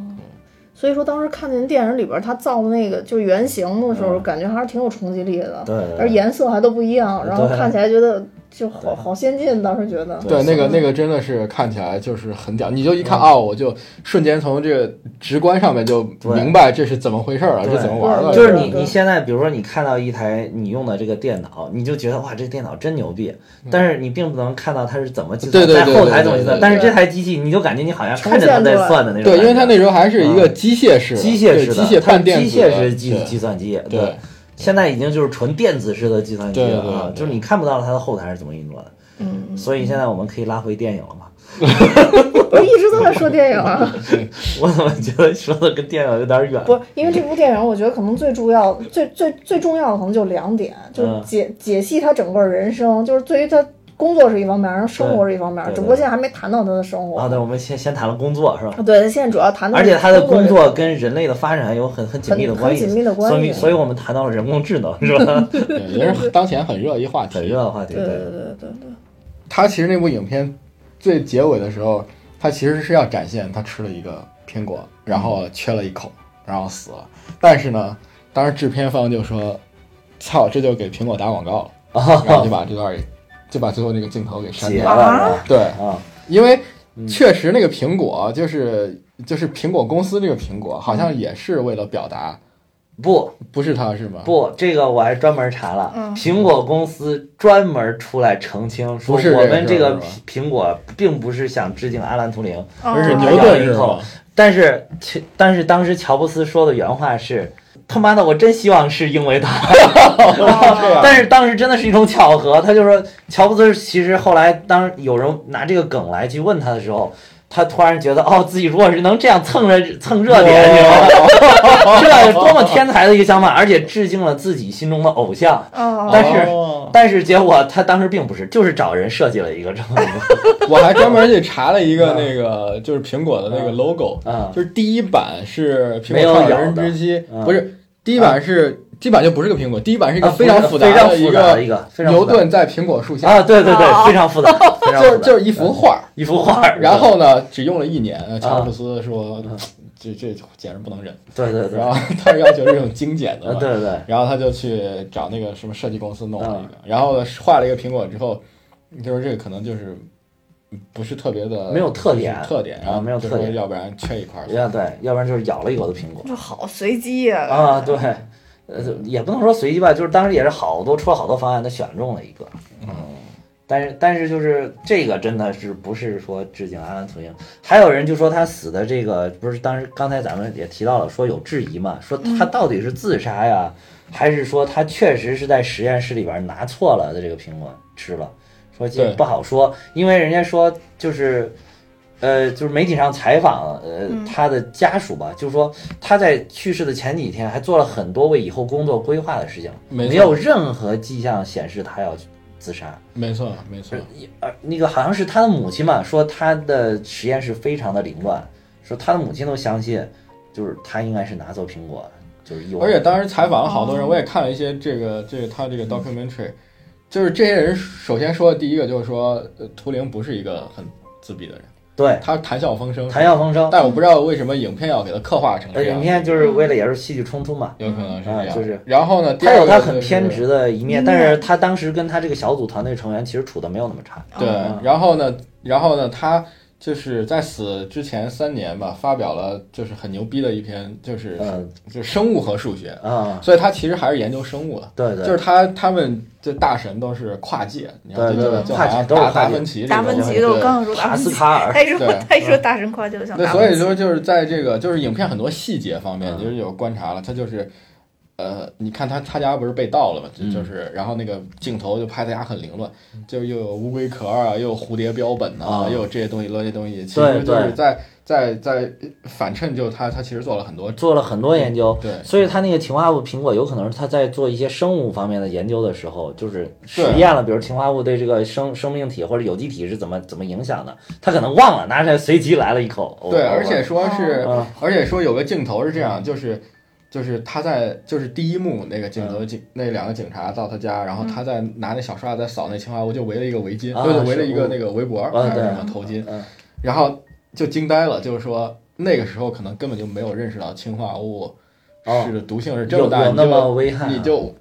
所以说当时看见电影里边他造的那个就是原型的时
嗯
候，感觉还是挺有冲击力的。
对对对
而颜色还都不一样，然后
对
看起来觉得就好好先进，当时觉得。
对，那个那个真的是看起来就是很屌，你就一看
嗯
哦，我就瞬间从这个直观上面就明白这是怎么回事儿了，
对
这怎么玩了。
就是你
对
你现在比如说你看到一台你用的这个电脑，你就觉得哇这电脑真牛逼，
嗯
但是你并不能看到它是怎么计算，
对对
在
对对
后台怎么计算。
对对对
但是这台机器你就感觉你好像看着它在算的那种感觉。
对，因为它那时候还是一个机械式的，
嗯机械式的
对机械
它是
半电
机
子
械
的
式计
对
计算机，
对对
现在已经就是纯电子式的计算机了啊，
对对对
就是你看不到它的后台是怎么运作的。
嗯，
所以现在我们可以拉回电影了嘛？
我一直都在说电影 啊，
我怎么觉得说的跟电影有点远？
不是因为这部电影，我觉得可能最重要、最最最重要的可能就两点，
嗯
就是解解析他整个人生，就是对于他工作是一方面，然后生活是一方面
对对，对
只不过现在还没谈到他的生
啊，
活。
对，我们先先谈了工作是吧？
对，现在主要谈到
而且它的工
这个
作跟人类的发展有很很紧密的
很
关系，
很紧密的关系
所以，所以我们谈到了人工智能，是 吧？
对，也是当前很热一话
很
题。
热的话题，
对对对对对，
他其实那部影片最结尾的时候，他其实是要展现他吃了一个苹果，然后缺了一口，然后死了。但是呢，当时制片方就说：“操，这就给苹果打广告 了。”啊然后就把这段给，就把最后那个镜头给删
解
掉
了
了。
啊
对，
啊，
因为确实那个苹果就是就是苹果公司这个苹果，好像也是为了表达，
不
不是他是吗？
不，这个我还专门查了，
嗯
苹果公司专门出来澄清说，
不是这
我
个
们这
是
个
吧
苹果并不是想致敬阿兰图灵，
而是
哦
牛顿是吗？
但是其但是当时乔布斯说的原话是。他妈的，我真希望是因为他，
这
哦
样
但是当时真的是一种巧合。他就说，乔布斯其实后来当有人拿这个梗来去问他的时候，他突然觉得，哦，自己如果是能这样蹭着蹭热 点，你知道吗？ 这是多么天才的一个想法，而且致敬了自己心中的偶像。
哦，
但是
哦
但是结果他当时并不是，就是找人设计了一个这么一
我还专门去查了一个那个，就是苹果的那个 logo，
个啊
就是第一版是苹
没有
果创
咬
始人
的
之一
嗯，
不是第一版是第一版就不是个苹果，第一版是一个
啊
非常
不是
复
非
杂
常
的一
复杂的
个
一个非常
牛
复杂
顿在苹果树下，
啊，嗯对对对，非常复 杂，非常
就
复
是
杂
就是一幅画儿，
一幅画儿，
然后呢只用了一年，呃乔
啊
布斯说
嗯
这这简直不能忍，
对对对对
然后呃他要求这种精简的
啊
嘛，
对对
然后他就去找那个什么设计公司弄了一
嗯
个，然后呢画了一个苹果之后，就是这个可能就是不是特别的
没有特点
就是特点，
啊
然后
没有
就
特点
说要不然缺一块儿
对，。要对，要不然就是咬了一口的苹果
这好随机呀、
啊，对，呃，也不能说随机吧，就是当时也是好多出了好多方案，他选中了一个，但是但是就是这个真的是不是说致敬阿兰图灵？还有人就说他死的这个不是当时刚才咱们也提到了，说有质疑嘛，说他到底是自杀呀，还是说他确实是在实验室里边拿错了的这个苹果吃了？说这
对
不好说，因为人家说就是。呃，就是媒体上采访，呃，他的家属吧，就是说他在去世的前几天还做了很多为以后工作规划的事情，
没错
没有任何迹象显示他要自杀。
没错，没错，
呃，那个好像是他的母亲嘛，说他的实验室非常的凌乱，说他的母亲都相信，就是他应该是拿走苹果，就是意外。
而且当时采访了好多人，我也看了一些这个这个他这个 documentary，就是这些人首先说的第一个就是说，呃图灵不是一个很自闭的人，
对
他谈笑风生，
谈笑风生，
但我不知道为什么影片要给他刻画成
呃，
这样，
影片就是为了也是戏剧冲突嘛，
有可能是这
啊
样，
就是
然后呢，第
他
二
有
个
他
就
很
是
偏执的一面，但是他当时跟他这个小组团队成员其实处的没有那么差。
对
嗯，
然后呢，然后呢，他就是在死之前三年吧，发表了就是很牛逼的一篇，就是、
嗯
就是生物和数学，
啊，
所以他其实还是研究生物的。
对对，
就是他他们这大神都是跨界，你
对
要记得，
对
就
跨
好
界
像
都是
达
跨
达
界
芬奇这
达
种
芬
东西，
奇的，我
对
刚想说达
卡
芬
斯
奇，
卡尔，
他一说
对
他一说大神夸就想
对，
达
所
芬
以
奇，
说就是在这个就是影片很多细节方面，
嗯
就是有观察了，他就是呃，你看他他家不是被盗了嘛，就
嗯
就是，然后那个镜头就拍他家很凌乱，就又有乌龟壳啊，又有蝴蝶标本啊，
啊
又有这些东西乱这些东西，其
对
实就
对
是在在在反衬，就他他其实做了很多，
做了很多研究，
对
所以他那个氰化物苹果有可能是他在做一些生物方面的研究的时候，就是实验了，比如氰化物对这个生生命体或者有机体是怎么怎么影响的，他可能忘了，拿出来随机来了一口，哦
对，
哦
而且说是
哦，
而且说有个镜头是这样，就是，就是他在，就是第一幕那个镜
嗯
头，警那两个警察到他家，然后他在拿那小刷子在扫那青蛙屋，就围了一个围巾，
啊
对对，围了一
是
个
嗯
那个围脖
啊
还是
对
什么头巾
嗯，
然后就惊呆了，就是说那个时候可能根本就没有认识到氰化物
哦
是毒性是这
有
么大，
有
你
那么
就
危害啊、
你就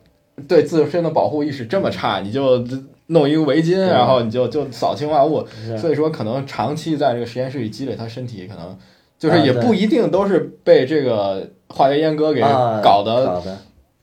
对自身的保护意识这么差，你就弄一个围巾，
对
然后你就就扫氰化物，
是
所以说，可能长期在这个实验室里积累，他身体可能就是
啊
也
对
不一定都是被这个化学阉割给
啊
搞的。
搞的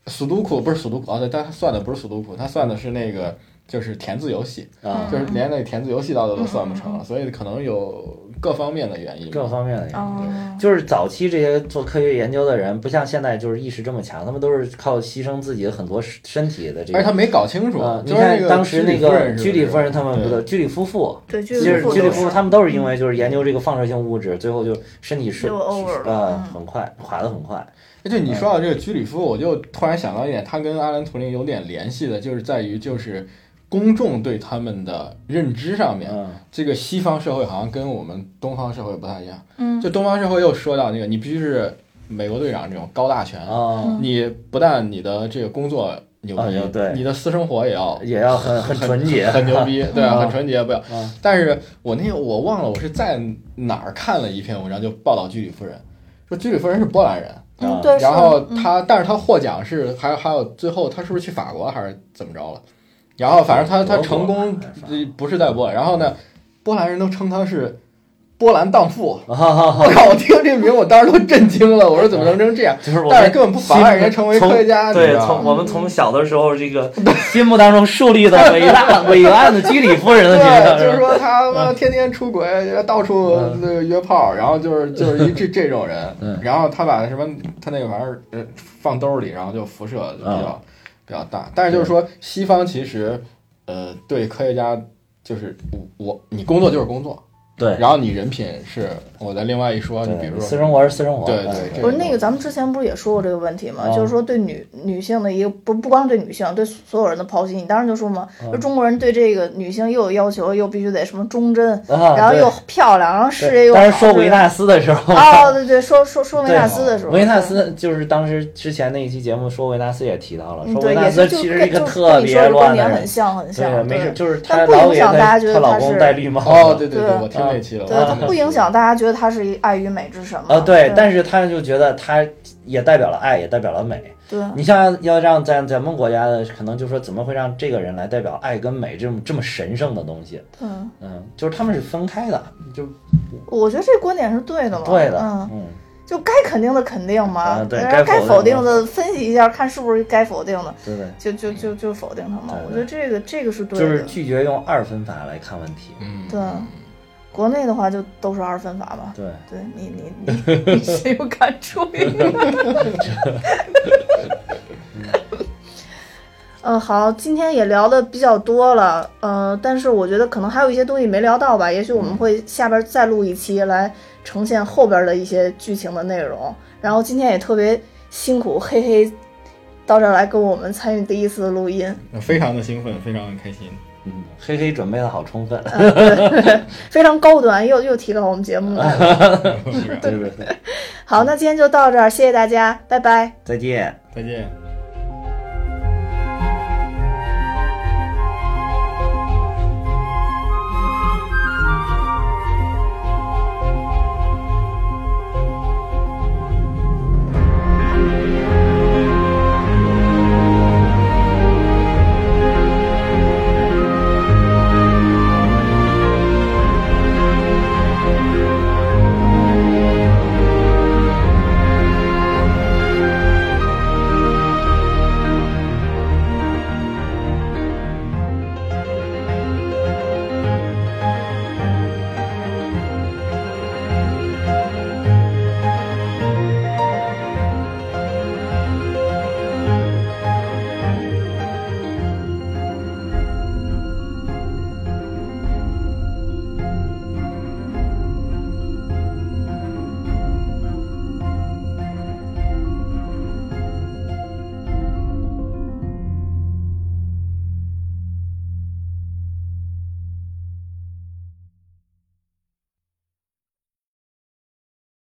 速读库不是速读库啊，对，但他算的不是速读库，他算的是那个就是填字游戏，
啊，嗯
就是连那填字游戏到的都算不成了，所以可能有各方面的原因
各
吧。
方面的原因。
哦，
就是早期这些做科学研究的人，不像现在就是意识这么强，他们都是靠牺牲自己的很多身身体的这
而
个。
且他没搞清楚
啊，，
就
你
是那
看
个
当时那个居
居
里
里
夫人他们不
对
都居里夫妇，
对，居
其实
夫
居里夫
都
妇
是
他们都是因为就是研究这个放射性物质，最后就身体是
就 over 了
呃
嗯
很快垮的很快。
哎对你
啊
说到这个居里夫，我就突然想到一点，他跟阿兰图灵有点联系的，就是在于就是公众对他们的认知上面，
嗯，
这个西方社会好像跟我们东方社会不太一样。
嗯
就东方社会又说到那个，你必须是美国队长这种高大全，啊
哦，
你不但你的这个工作牛
啊
逼，
有对
你的私生活 也要
也要很很纯 洁，
很牛逼，对、啊
嗯
很纯洁，不要。
嗯
但是我那个我忘了我是在哪儿看了一篇文章，就报道居里夫人，说居里夫人是波兰人。
啊
嗯，对，
然
是
后他，但是他获奖是还有还有最后他是不是去法国还是怎么着了？然后反正他
德
他
国
成功
还是法国
呃不是在波兰，然后呢，波兰人都称他是波兰荡妇。
啊，
我靠！我听这名，我当时都震惊了。我说怎么能成这样？
就是我
但是
们
根本不妨碍人家成为科学家，你知
对，
道
从
吗？
我们从小的时候这个心目当中树立 的伟大伟岸的居里夫人的形 象，
对，就是说他妈
嗯
天天出轨，到处呃约炮，然后就是就是一这这种人
嗯。
然后他把什么他那个玩意儿呃放兜里，然后就辐射就比较
嗯
比较大。但是就是说西方其实呃对科学家就是我我你工作就是工作，
对，
然后你人品是我在另外一说，你比如
对
说
私生活是私生活，哎
对对这
嗯不是那个，咱们之前不是也说过这个问题吗？
啊
就是说对女女性的一个不不光是对女性，对所有人的剖析。你当时就说嘛，
啊
就中国人对这个女性又有要求，又必须得什么忠贞，
啊
然后
对
又漂亮，然后事业又好。
当时说维
对
纳斯的时候，
哦，对对，说说说维
对
纳斯的时候，
维纳斯就是当时之前那一期节目说维纳斯也提到了，
嗯
说
对，
维纳
也
斯
是就
其
跟
实是一个
就
特
跟你说
别
的观
乱的
点
人
很，像很
对，
像，
没事，
对
就是她
但不
老
影
给
响大
她
家觉
她
得
老
她
公
是
戴绿帽
哦
子，
对对
对
我听那期了，
对
我
它
听那
不
期
影响大家觉得它是一爱与美之神嘛。
嗯呃，对，
对
但是她就觉得她也代表了爱，也代表了美。
对
你像要让咱咱们国家的，可能就说怎么会让这个人来代表爱跟美这么这么神圣的东西？
对，
嗯，就是他们是分开的，就
我觉得这观点是对的嘛。
对的，
嗯，
嗯，
就该肯定的肯定嘛，
啊对
然后
该
该
否
否
定的
定的分析一下，看是不是该否定的，
对对。
就就就就否定它嘛
对。对
我觉得这个这个是对
就是
的。
拒绝用二分法来看问题，
嗯
对，国内的话就都是二分法嘛。
对，
对你你你你谁有感触呀？嗯，好，今天也聊的比较多了，呃，但是我觉得可能还有一些东西没聊到吧，也许我们会下边再录一期来呈现后边的一些剧情的内容。然后今天也特别辛苦，嘿嘿，到这儿来跟我们参与第一次录音，
非常的兴奋，非常的开 心。
嗯，黑黑准备的好充分，
嗯非常高端，又又提高我们节目了。
是
对对对，
好，那今天就到这儿，谢谢大家，拜拜。
再见。
再见。